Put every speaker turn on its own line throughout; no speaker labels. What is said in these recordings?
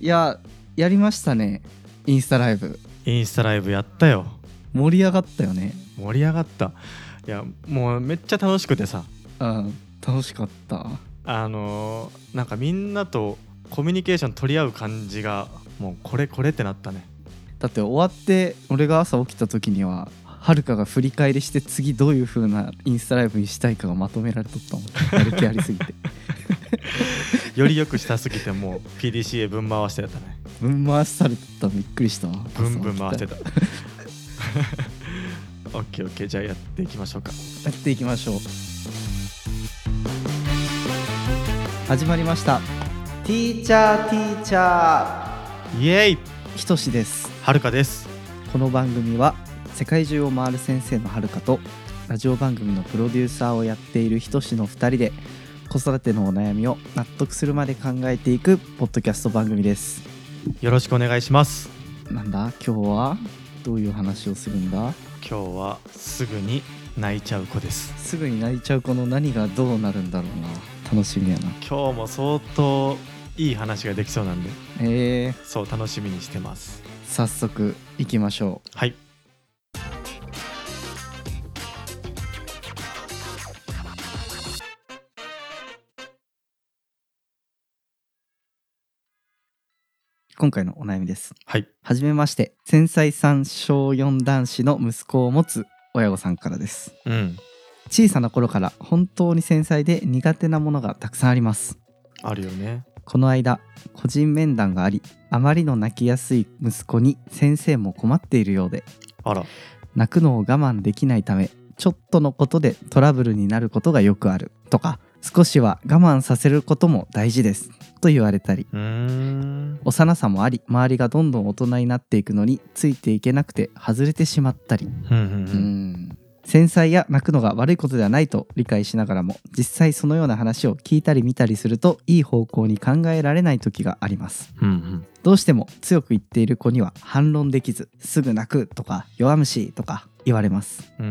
いややりましたねインスタライブ
インスタライブやったよ
盛り上がったよね
盛り上がったいやもうめっちゃ楽しくてさ
うん楽しかった
あのーなんかみんなとコミュニケーション取り合う感じがもうこれこれってなったね
だって終わって俺が朝起きた時にははるかが振り返りして次どういう風なインスタライブにしたいかがまとめられとったもんやる気ありすぎ て
よりよくしたすぎてもう PDCA 分回してやったね
分回しされとったびっくりしたわ
ブンブン回して
た
た オッケーオッケーじゃあやっていきましょうか
やっていきましょう始まりましたティーチャーティーチャ
イエーイ
ーひとしです
はるかです
この番組は世界中を回る先生のはるかとラジオ番組のプロデューサーをやっているひとしの2人で子育てのお悩みを納得するまで考えていくポッドキャスト番組です
よろしくお願いします
なんだ今日はどういう話をするんだ
今日はすぐに泣いちゃう子です
すぐに泣いちゃう子の何がどうなるんだろうな楽しみやな
今日も相当いい話ができそうなんで
えー、
そう楽しみにしてます
早速行きましょ
はい。
う今回のお悩みです
はい。
はじめまして繊細さん小4男子の息子を持つ親御さんからです
うん。
小さな頃から本当に繊細で苦手なものがたくさんあります
あるよね。
この間個人面談がありあまりの泣きやすい息子に先生も困っているようで
あら。
泣くのを我慢できないためちょっとのことでトラブルになることがよくあるとか少しは我慢させることも大事ですと言われたり
うーん。
幼さもあり周りがどんどん大人になっていくのについていけなくて外れてしまったり
うんう
うんん繊細や泣くのが悪いことではないと理解しながらも実際そのような話を聞いたり見たりするといい方向に考えられない時があります
うん。うん
どうしても強く言っている子には反論できずすぐ泣くとか弱虫とか言われます
うん。うー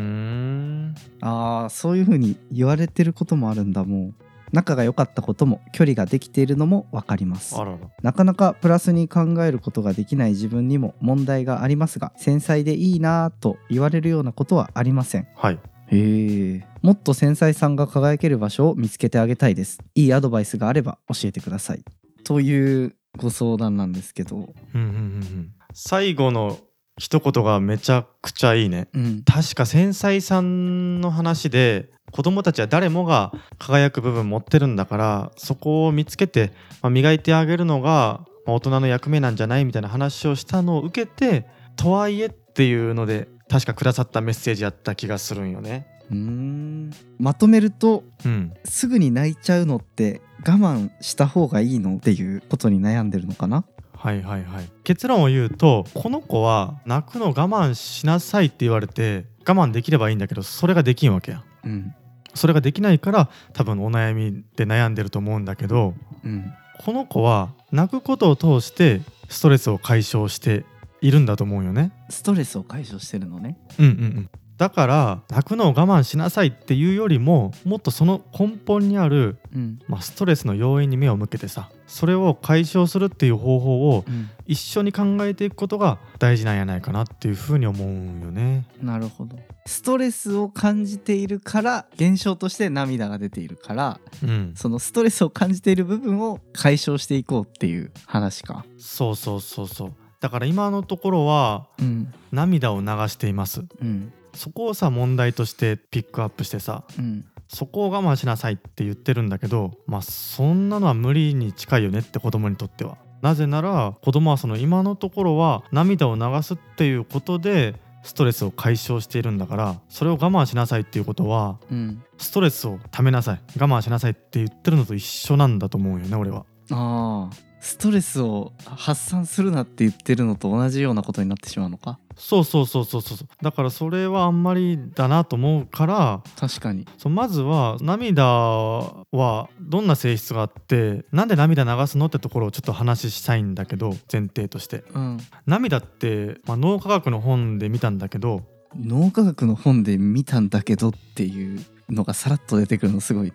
ん。
あーそういう風に言われてることもあるんだもう仲が良かったことも距離ができているのも分かります
あらら。
なかなかプラスに考えることができない自分にも問題がありますが繊細でいいなぁと言われるようなことはありません
はい。
へえもっと繊細さんが輝ける場所を見つけてあげたいですいいアドバイスがあれば教えてくださいというご相談なんですけど
うんうんうんうん。最後の一言がめちゃくちゃいいね。
うん
確か繊細さんの話で子供たちは誰もが輝く部分持ってるんだからそこを見つけて、まあ磨いてあげるのが、まあ大人の役目なんじゃないみたいな話をしたのを受けてとはいえっていうので確かくださったメッセージやった気がするんよね。
うーんまとめると
うん、
すぐに泣いちゃうのって我慢した方がいいのっていうことに悩んでるのかな
はいはいはい結論を言うとこの子は泣くの我慢しなさいって言われて我慢できればいいんだけどそれができんわけや
うん
それができないから多分お悩みで悩んでると思うんだけど
うん
この子は泣くことを通してストレスを解消しているんだと思うよね
ストレスを解消してるのね
うんうんうんだから泣くのを我慢しなさいっていうよりももっとその根本にある、
うん
まあ、ストレスの要因に目を向けてさそれを解消するっていう方法を
うん
一緒に考えていくことが大事なんやないかなっていうふうに思うんよね。
なるほどストレスを感じているから現象として涙が出ているから
うん、
そのストレスを感じている部分を解消していこうっていう話か。
そうそうそうそうだから今のところは
うん
涙を流しています
うん
そこをさ問題としてピックアップしてさ
うん
そこを我慢しなさいって言ってるんだけどまあそんなのは無理に近いよねって子供にとっては。なぜなら子供はその今のところは涙を流すっていうことでストレスを解消しているんだからそれを我慢しなさいっていうことは
うん。
ストレスをためなさい我慢しなさいって言ってるのと一緒なんだと思うよね俺は
ああストレスを発散するなって言ってるのと同じようなことになってしまうのか。
そうそうそうそうそうそうだからそれはあんまりだなと思うから
確かに。
そうまずは涙はどんな性質があってなんで涙流すのってところをちょっと話ししたいんだけど前提として
うん。
涙って、まあ、脳科学の本で見たんだけど
脳科学の本で見たんだけどっていうのがさらっと出てくるのすごい。
い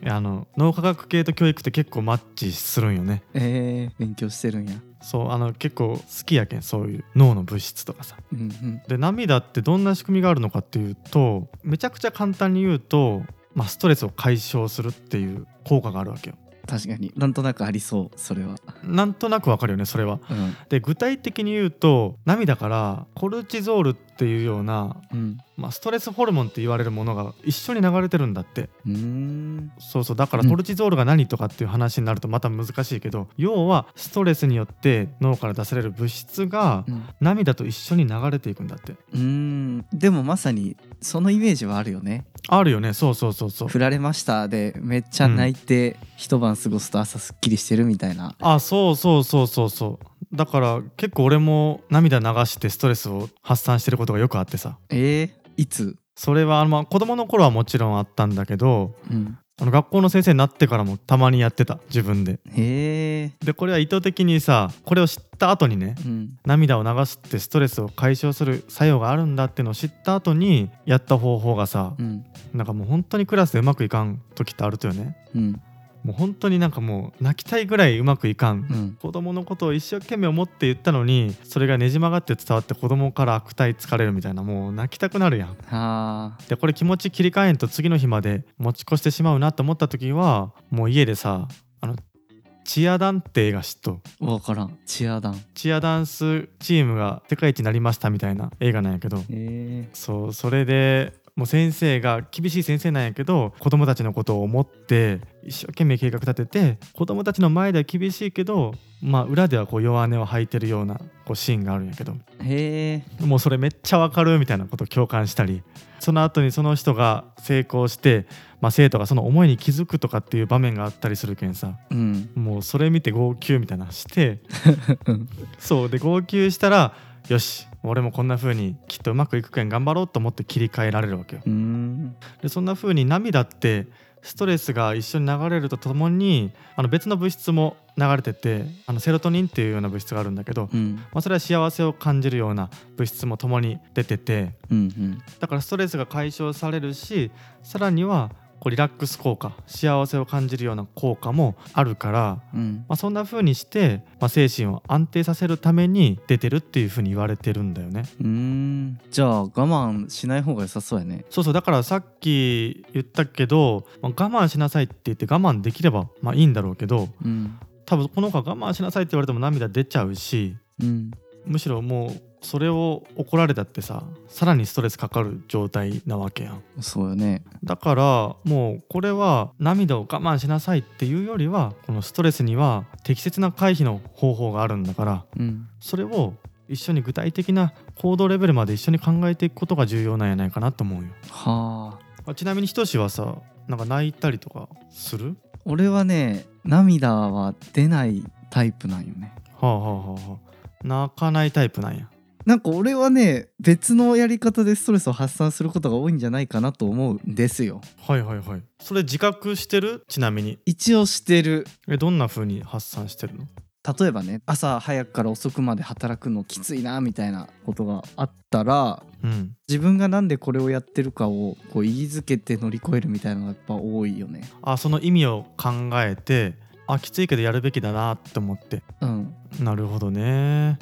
やあの脳科学系と教育って結構マッチするんよね
えー、勉強してるんや。
そうあの結構好きやけんそういう脳の物質とかさ
うんうん。
で涙ってどんな仕組みがあるのかっていうとめちゃくちゃ簡単に言うと、まあ、ストレスを解消するっていう効果があるわけよ
確かになんとなくありそうそれは。
なんとなくわかるよねそれは
うん
で具体的に言うと涙からコルチゾールっていうような、
うん。
まあ、ストレスホルモンって言われるものが一緒に流れてるんだって
うーん。
そうそうだから
うん
コルチゾールが何とかっていう話になるとまた難しいけど、要はストレスによって脳から出される物質が
うん
涙と一緒に流れていくんだって
うーんでもまさにそのイメージはあるよね
あるよねそうそうそうそう
振られましたでめっちゃ泣いて、一晩過ごすと朝すっきりしてるみたいな
あそうそうそうそうそうだから結構俺も涙流してストレスを発散してることがよくあってさ
えー、いつ
それはあのまあ子供の頃はもちろんあったんだけど
うん
あの学校の先生になってからもたまにやってた自分で
え
でこれは意図的にさこれを知った後にね
ー、うん
涙を流すってストレスを解消する作用があるんだってのを知った後にやった方法がさ
うん
なんかもう本当にクラスでうまくいかん時ってあるとよね
うん
もう本当になんかもう泣きたいぐらいうまくいか
う
ん
ん
子供のことを一生懸命思って言ったのにそれがねじ曲がって伝わって子供から悪態つかれるみたいなもう泣きたくなるやん
あ
でこれ気持ち切り替えんと次の日まで持ち越してしまうなと思った時はもう家でさあのチアダンって映画知っとう
ーわからんチアダン
チアダンスチームが世界一になりましたみたいな映画なんやけど
え
そうそれでもう先生が厳しい先生なんやけど子供たちのことを思って一生懸命計画立てて子供たちの前では厳しいけど、まあ、裏ではこう弱音を吐いてるようなこうシーンがあるんやけど
ー、へえ
もうそれめっちゃわかるみたいなことを共感したりその後にその人が成功して、まあ、生徒がその思いに気づくとかっていう場面があったりするけんさ
うん
もうそれ見て号泣みたいなのしてそうで号泣したらよし俺もこんな風にきっとうまくいくけん頑張ろうと思って切り替えられるわけよ
うーん
でそんな風に涙ってストレスが一緒に流れるとともにあの別の物質も流れててあのセロトニンっていうような物質があるんだけど、
うん
まあ、それは幸せを感じるような物質もともに出てて
うん
だからストレスが解消されるしさらにはこうリラックス効果幸せを感じるような効果もあるから、
うんうん
まあ、そんな風にして、まあ、精神を安定させるために出てるっていう風に言われてるんだよね。
うーんじゃあ我慢しない方が良さそうやね
そうそうだからさっき言ったけど、まあ、我慢しなさいって言って我慢できればまあいいんだろうけど
うん
多分この子は我慢しなさいって言われても涙出ちゃうし
うん
むしろもうそれを怒られたってささらにストレスかかる状態なわけやん
そうよね
だからもうこれは涙を我慢しなさいっていうよりはこのストレスには適切な回避の方法があるんだから
うん
それを一緒に具体的な行動レベルまで一緒に考えていくことが重要なんやないかなと思うよ
はあ
あちなみにひとしはさなんか泣いたりとかする
俺はね涙は出ないタイプなんよね
はあはあはあはあ泣かないタイプなんや
なんか俺はね別のやり方でストレスを発散することが多いんじゃないかなと思うんですよ
はいはいはいそれ自覚してるちなみに
一応してる
えどんな風に発散してるの
例えばね朝早くから遅くまで働くのきついなみたいなことがあったら
うん
自分がなんでこれをやってるかをこう言いづけて乗り越えるみたいなのがやっぱ多いよね
あその意味を考えてあきついけどやるべきだなって思って
うん
なるほどね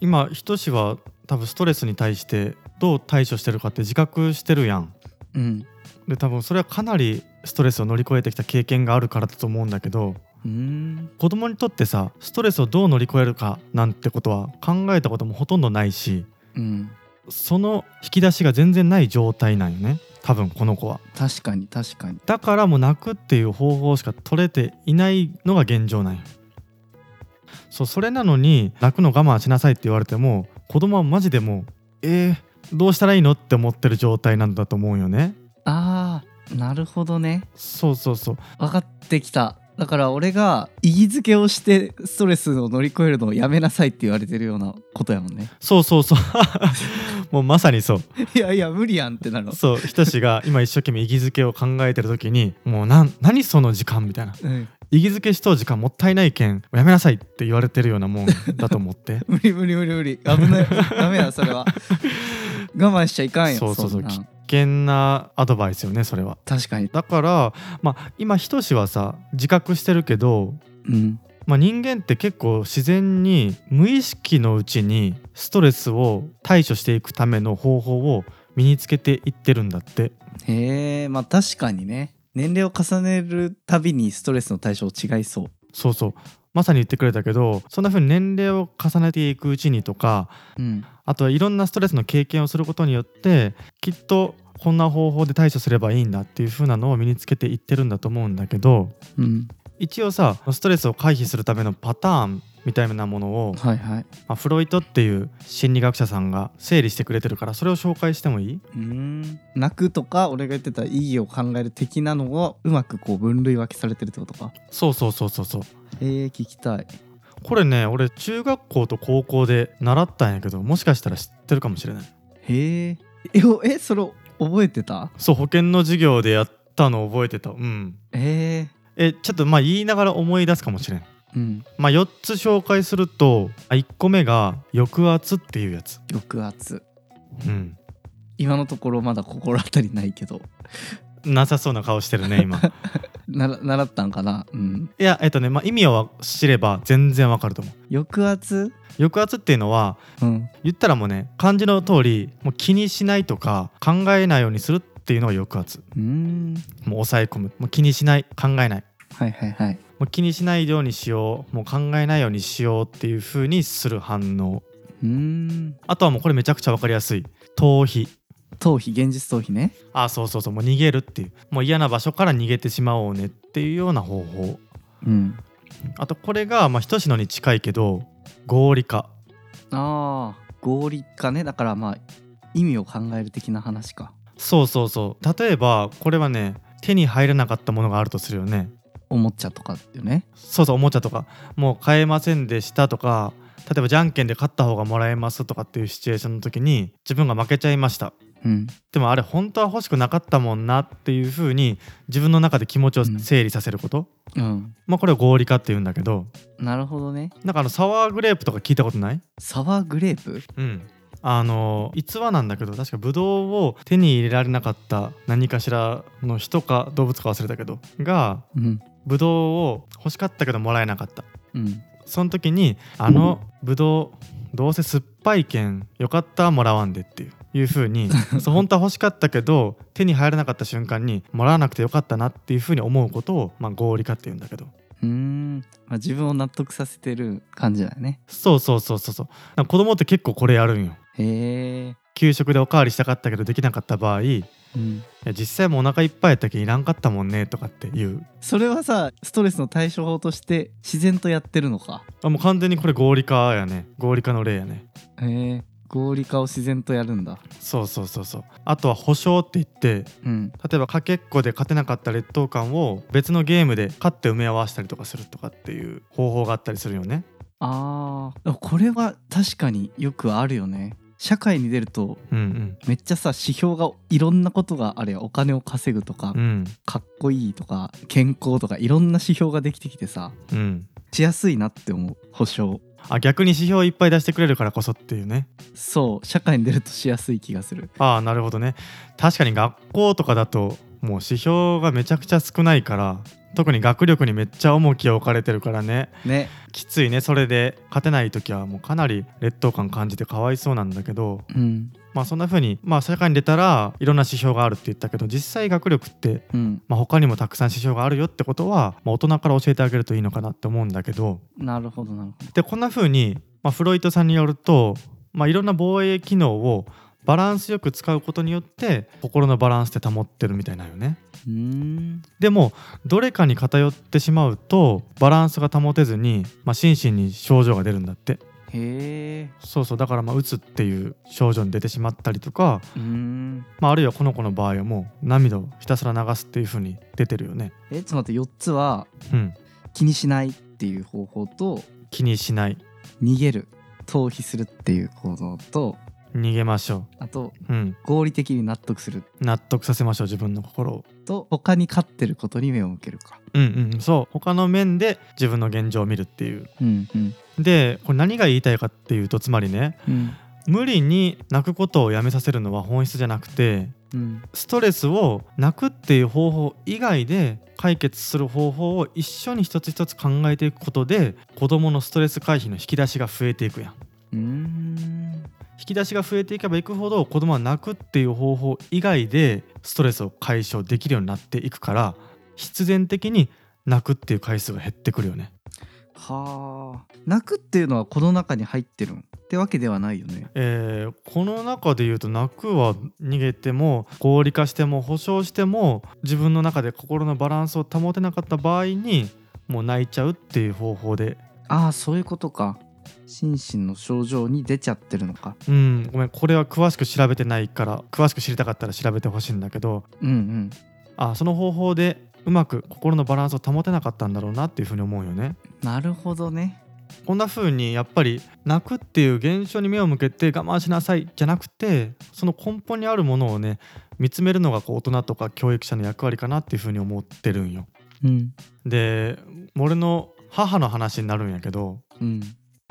今ひとしは多分ストレスに対してどう対処してるかって自覚してるやん
うん
で多分それはかなりストレスを乗り越えてきた経験があるからだと思うんだけど
うーん
子供にとってさストレスをどう乗り越えるかなんてことは考えたこともほとんどないし
うん
その引き出しが全然ない状態なんよね多分この子は
確かに確かに
だからもう泣くっていう方法しか取れていないのが現状なんよそうそれなのに泣くの我慢しなさいって言われても子供はマジでもうえー、どうしたらいいのって思ってる状態なんだと思うよね
あーなるほどね
そうそうそう
分かってきただから俺が意義づけをしてストレスを乗り越えるのをやめなさいって言われてるようなことやもんね
そうそうそう もうまさにそう
いやいや無理やんってなる
そうひとしが今一生懸命意義づけを考えてる時にもうなん何その時間みたいな
うん、
意義づけしとう時間もったいないけんやめなさいって言われてるようなもんだと思って
無理無理無理無理危ないダメやそれは我慢しちゃいかんよ
そうそうそう
なん
危険なアドバイスよねそれは。
確かに
だから、まあ、今ひとしはさ自覚してるけど、
うん
まあ、人間って結構自然に無意識のうちにストレスを対処していくための方法を身につけていってるんだって。
へえまあ確かにね年齢を重ねるたびにストレスの対象違いそう
そうそうまさに言ってくれたけどそんな風に年齢を重ねていくうちにとか
うん
あとはいろんなストレスの経験をすることによってきっとこんな方法で対処すればいいんだっていう風なのを身につけていってるんだと思うんだけど
うん
一応さストレスを回避するためのパターンみたいなものを、
はいはい
まあ、フロイトっていう心理学者さんが整理してくれてるからそれを紹介してもいいう
ーん泣くとか俺が言ってた意義を考える的なのをうまくこう分類分けされてるってことか
そうそうそうそうそう
えー、聞きたい
これね俺中学校と高校で習ったんやけどもしかしたら知ってるかもしれない
へええおえそれ覚えてた
そう保険の授業でやったの覚えてたうん
え
えちょっとまあ言いながら思い出すかもしれん
ー、うん
まあ4つ紹介すると1個目が抑圧っていうやつ
抑圧
うん
今のところまだ心当たりないけど
なさそうな顔してるね 今
なら習ったんかなうん
いやえっとね、まあ、意味を知れば全然わかると思う
抑圧
抑圧っていうのは
うん
言ったらもうね漢字の通りもう気にしないとか考えないようにするっていうのが抑圧
うーん
もう抑え込むもう気にしない考えない
はいはいはい
もう気にしないようにしようもう考えないようにしようっていう風にする反応
うーん
あとはもうこれめちゃくちゃ分かりやすい逃避
逃避現実逃避ね
あそうそうそうもう逃げるっていうもう嫌な場所から逃げてしまおうねっていうような方法
うん
あとこれがまあ一しのに近いけど合理化
ああ合理化ねだからまあ意味を考える的な話か
そうそうそう例えばこれはね手に入らなかったものがあるとするよね
おもちゃとかっていうね
そうそうおもちゃとかもう買えませんでしたとか例えばじゃんけんで勝った方がもらえますとかっていうシチュエーションの時に自分が負けちゃいました
うん
でもあれ本当は欲しくなかったもんなっていう風に自分の中で気持ちを整理させること、
うん
まあこれを合理化っていうんだけど
なるほどね
なんかあのサワーグレープとか聞いたことない
サワーグレープ
うんあの逸話なんだけど確かブドウを手に入れられなかった何かしらの人か動物か忘れたけどが
うん
ブドウを欲しかったけどもらえなかった
うん
その時にあのブドウどうせ酸っぱいけんよかったもらわんでっていう。いう風にそう本当は欲しかったけど手に入らなかった瞬間にもらわなくてよかったなっていう風に思うことを、まあ、合理化って言うんだけど
うーん、まあ、自分を納得させてる感じだよね
そうそうそうそうそうなんか子供って結構これやるんよ
へえ
給食でおかわりしたかったけどできなかった場合い
うん
や実際もうお腹いっぱいやったけんいらんかったもんねとかっていう
それはさストレスの対処法として自然とやってるのか
あもう完全にこれ合理化やね合理化の例やね
へえ合理化を自然とやるんだ
そうそうそうそうあとは保証って言って
うん
例えばかけっこで勝てなかった劣等感を別のゲームで勝って埋め合わせたりとかするとかっていう方法があったりするよね
あーこれは確かによくあるよね社会に出ると
うん
めっちゃさ指標がいろんなことがあれよお金を稼ぐとか、
うんうん
かっこいいとか健康とかいろんな指標ができてきてさ
うん
しやすいなって思う保証
あ逆に指標いっぱい出してくれるからこそっていうね
そう社会に出るとしやすい気がする
ああなるほどね確かに学校とかだともう指標がめちゃくちゃ少ないから特に学力にめっちゃ重きを置かれてるからね
ね
きついねそれで勝てない時はもうかなり劣等感感じてかわいそうなんだけど
うん
まあそんな風にまあ社会に出たらいろんな指標があるって言ったけど実際学力って
うん
まあ、他にもたくさん指標があるよってことは、まあ、大人から教えてあげるといいのかなって思うんだけど
なるほどなるほど
でこんな風に、まあ、フロイトさんによると、まあ、いろんな防衛機能をバランスよく使うことによって心のバランスって保ってるみたいなんよね。
うーん
でもどれかに偏ってしまうとバランスが保てずに、まあ、心身に症状が出るんだって
へえ
そうそうだからまあうつっていう症状に出てしまったりとか、
うーん
まあ、あるいはこの子の場合はもう涙をひたすら流すっていう風に出てるよね。
えちょっと待って4つは
うん、
気にしないっていう方法と
気にしない
逃げる逃避するっていう行動と
逃げましょ
あと
う、うん、
合理的に納得する
納得させましょう自分の心を
と他に勝ってることに目を向けるか
うんうんそう他の面で自分の現状を見るっていう
うんうん
でこれ何が言いたいかっていうとつまりね
うん
無理に泣くことをやめさせるのは本質じゃなくて
うん
ストレスを泣くっていう方法以外で解決する方法を一緒に一つ一つ考えていくことで子どものストレス回避の引き出しが増えていくやん。
うーん
引き出しが増えていけばいくほど子どもは泣くっていう方法以外でストレスを解消できるようになっていくから必然的に泣くっていう回数が減ってくるよね。
はあ泣くっていうのはこの中に入ってるんってわけではないよね
えーこの中で言うと泣くは逃げても合理化しても保証しても自分の中で心のバランスを保てなかった場合にもう泣いちゃうっていう方法で
ああそういうことか心身の症状に出ちゃってるのか
うんごめんこれは詳しく調べてないから詳しく知りたかったら調べてほしいんだけど
うんうん
あその方法でうまく心のバランスを保てなかったんだろうなっていうふうに思うよね。
なるほどね
こんな風にやっぱり泣くっていう現象に目を向けて我慢しなさいじゃなくてその根本にあるものをね見つめるのがこう大人とか教育者の役割かなっていう風に思ってるんよ。
うん
で俺の母の話になるんやけど
うん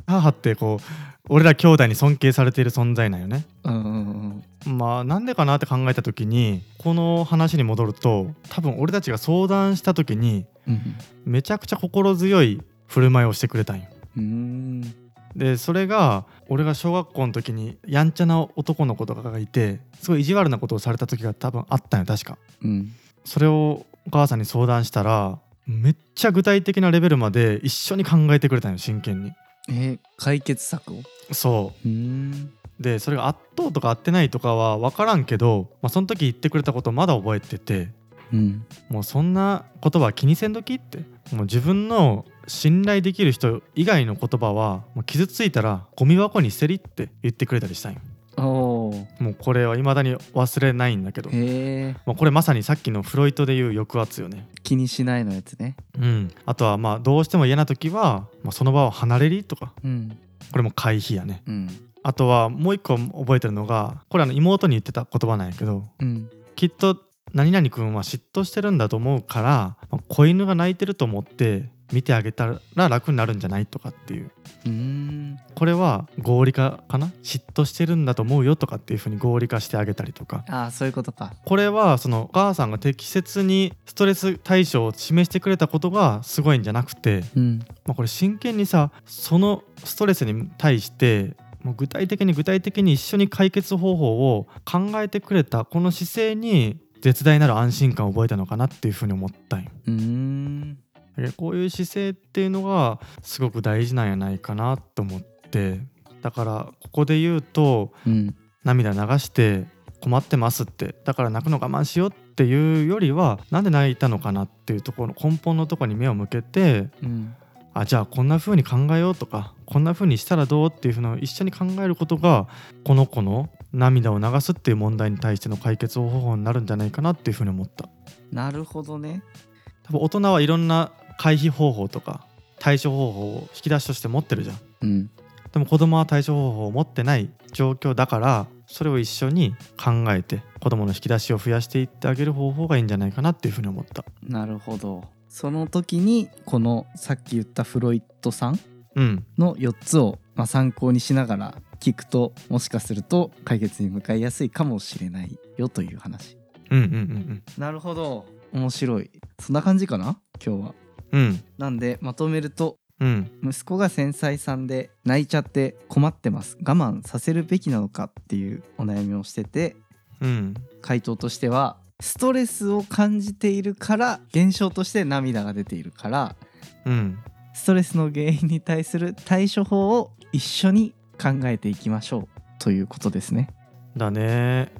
母ってこう俺ら兄弟に尊敬されている存在なんよね。
うんうん
まあなんでかなって考えた時にこの話に戻ると多分俺たちが相談した時に
うん
めちゃくちゃ心強い振る舞いをしてくれたんよ。
うんうーん
でそれが俺が小学校の時にやんちゃな男の子とかがいてすごい意地悪なことをされた時が多分あったんよ確か
うん
それをお母さんに相談したらめっちゃ具体的なレベルまで一緒に考えてくれたんよ真剣に
え解決策をう
そ
ーん
うでそれが圧倒とか合ってないとかは分からんけど、まあ、その時言ってくれたことまだ覚えてて
うん
もうそんな言葉は気にせんときってもう自分の信頼できる人以外の言葉はもう傷ついたらゴミ箱に捨てりって言ってくれたりしたんよ
おー
もうこれは未だに忘れないんだけど、
へえ
まあ、これまさにさっきのフロイトでいう抑圧よね。
気にしないのやつね
うん、あとはまあどうしても嫌な時は、まあ、その場を離れりとか
うん
これも回避やね
うん
あとはもう一個覚えてるのがこれあの妹に言ってた言葉なんやけど
うん
きっと何々君は嫉妬してるんだと思うから、まあ子犬が泣いてると思って見てあげたら楽になるんじゃないとかっていう
うーん
これは合理化かな嫉妬してるんだと思うよとかっていうふうに合理化してあげたりとか
ああそういうことか
これはそのお母さんが適切にストレス対処を示してくれたことがすごいんじゃなくて、
うん
まあ、これ真剣にさそのストレスに対してもう具体的に具体的に一緒に解決方法を考えてくれたこの姿勢に絶大なる安心感を覚えたのかなっていうふうに思ったんよ。
うーん
だけどこういう姿勢っていうのがすごく大事なんやないかなと思ってだからここで言うと
うん
涙流して困ってますってだから泣くの我慢しようっていうよりはなんで泣いたのかなっていうところの根本のところに目を向けて
うん
あじゃあこんな風に考えようとかこんな風にしたらどうっていうのを一緒に考えることがこの子の涙を流すっていう問題に対しての解決方法になるんじゃないかなっていう風に思った
なるほどね
多分大人はいろんな回避方法とか対処方法を引き出しとして持ってるじゃん
うん
でも子供は対処方法を持ってない状況だからそれを一緒に考えて子供の引き出しを増やしていってあげる方法がいいんじゃないかなっていうふうに思った
なるほどその時にこのさっき言ったフロイトさん
うん
の4つを、まあ、参考にしながら聞くともしかすると解決に向かいやすいかもしれないよという話
うんうんうん
なるほど面白いそんな感じかな今日は
うん
なんでまとめると
うんうん
息子が繊細さんで泣いちゃって困ってます我慢させるべきなのかっていうお悩みをしてて
うん
回答としてはストレスを感じているから現象として涙が出ているから
うん
ストレスの原因に対する対処法を一緒に考えていきましょうということですね。
だね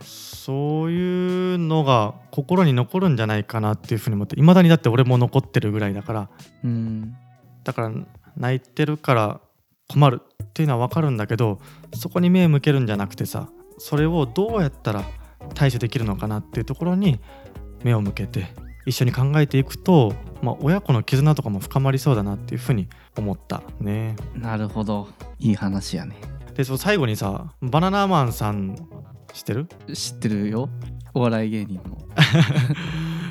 そういうのが心に残るんじゃないかなっていうふうに思っていまだにだって俺も残ってるぐらいだから
うん
だから泣いてるから困るっていうのは分かるんだけどそこに目向けるんじゃなくてさそれをどうやったら対処できるのかなっていうところに目を向けて一緒に考えていくと、まあ、親子の絆とかも深まりそうだなっていうふうに思ったね。
なるほどいい話やね。
でその最後にさバナナマンさん知ってる
知ってるよお笑い芸人の。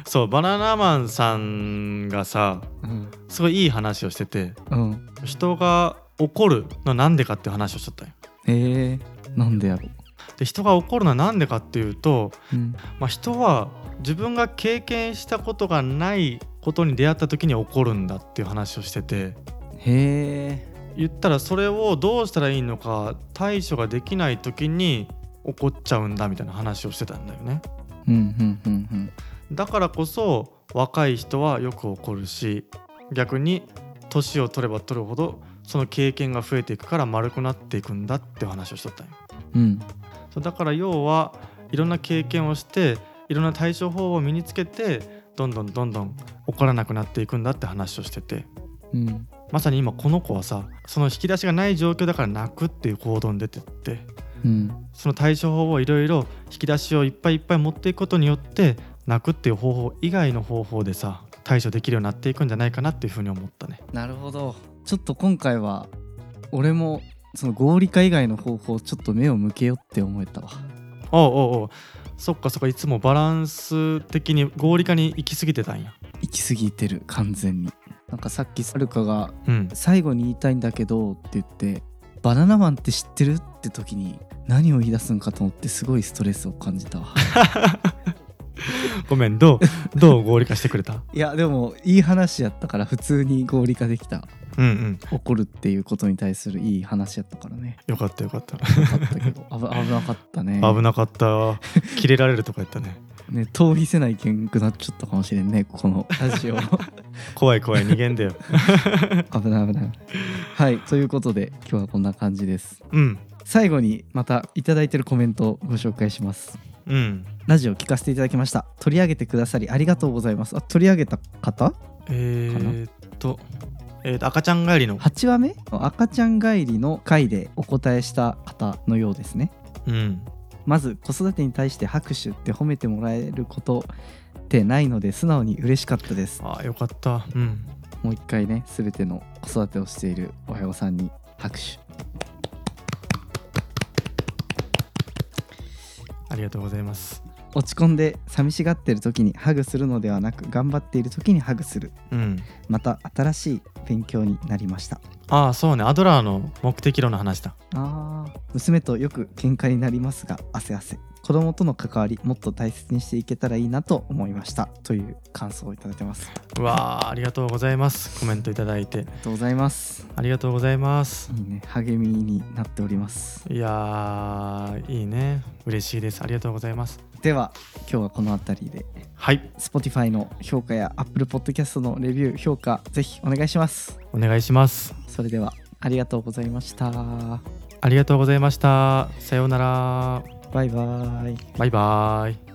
そうバナナマンさんがさ
うん
すごいいい話をしてて
うん、
人が怒るのなんでかっていう話をしとったんよ
えー、なんでやろ
で人が怒るのは何でかっていうと、
うん
まあ、人は自分が経験したことがないことに出会った時に怒るんだっていう話をしてて
へえ
言ったらそれをどうしたらいいのか対処ができない時に怒っちゃうんだみたいな話をしてたんだよね。
うんうんうんうん
だからこそ若い人はよく怒るし逆に年を取れば取るほどその経験が増えていくから丸くなっていくんだって話をしとったんよ
うん
そうだから要はいろんな経験をしていろんな対処法を身につけてどんどんどんどん怒らなくなっていくんだって話をしてて
うん
まさに今この子はさその引き出しがない状況だから泣くっていう行動に出てって
うん
その対処法をいろいろ引き出しをいっぱいいっぱい持っていくことによって泣くっていう方法以外の方法でさ対処できるようになっていくんじゃないかなっていうふうに思ったね。
なるほどちょっと今回は俺もその合理化以外の方法ちょっと目を向けようって思えたわ
おうおうおうそっかそっかいつもバランス的に合理化に行き過ぎてたんや。
行き過ぎてる完全になんかさっきはるかが
うん
「最後に言いたいんだけど」って言って「バナナマンって知ってる?」って時に何を言い出すんかと思ってすごいストレスを感じたわ
ごめんどうどう合理化してくれた
いやでもいい話やったから普通に合理化できた
うんうん
怒るっていうことに対するいい話やったからね
よかったよかった
よかった けど危危なかったね
危なかった切れられるとか言ったね
ね逃避せないけんくなっちゃったかもしれんねこのラジオ 危
怖い怖い逃げんだよ
ない危ないはいということで今日はこんな感じです
うん
最後にまたいただいてるコメントをご紹介します
うん
ラジオを聞かせていただきました。取り上げてくださりありがとうございます。あ取り上げた方
えー、っとえーっと赤ちゃん帰りの
?8 話目赤ちゃん帰りの回でお答えした方のようですね。
うん
まず子育てに対して拍手って褒めてもらえることってないので素直に嬉しかったです。
あーよかったうん
もう一回ね、すべての子育てをしている親御さんに拍手。
ありがとうございます
落ち込んで寂しがってる時にハグするのではなく頑張っている時にハグする。
うん
また新しい勉強になりました。
ああそうねアドラーの目的論の話だ
あー娘とよく喧嘩になりますが汗汗子供との関わりもっと大切にしていけたらいいなと思いましたという感想をいただいてますあ
うわーありがとうございますコメントいただいて
りがとうございます
ありがとうございます
いいね励みになっております
いやーいいね嬉しいですありがとうございます
では今日はこの辺りで
はい
Spotify の評価や Apple Podcast のレビュー評価ぜひお願いします
お願いします
それではありがとうございましたバ
ありがとうございました。さようなら。
イバーイ
バイバイ。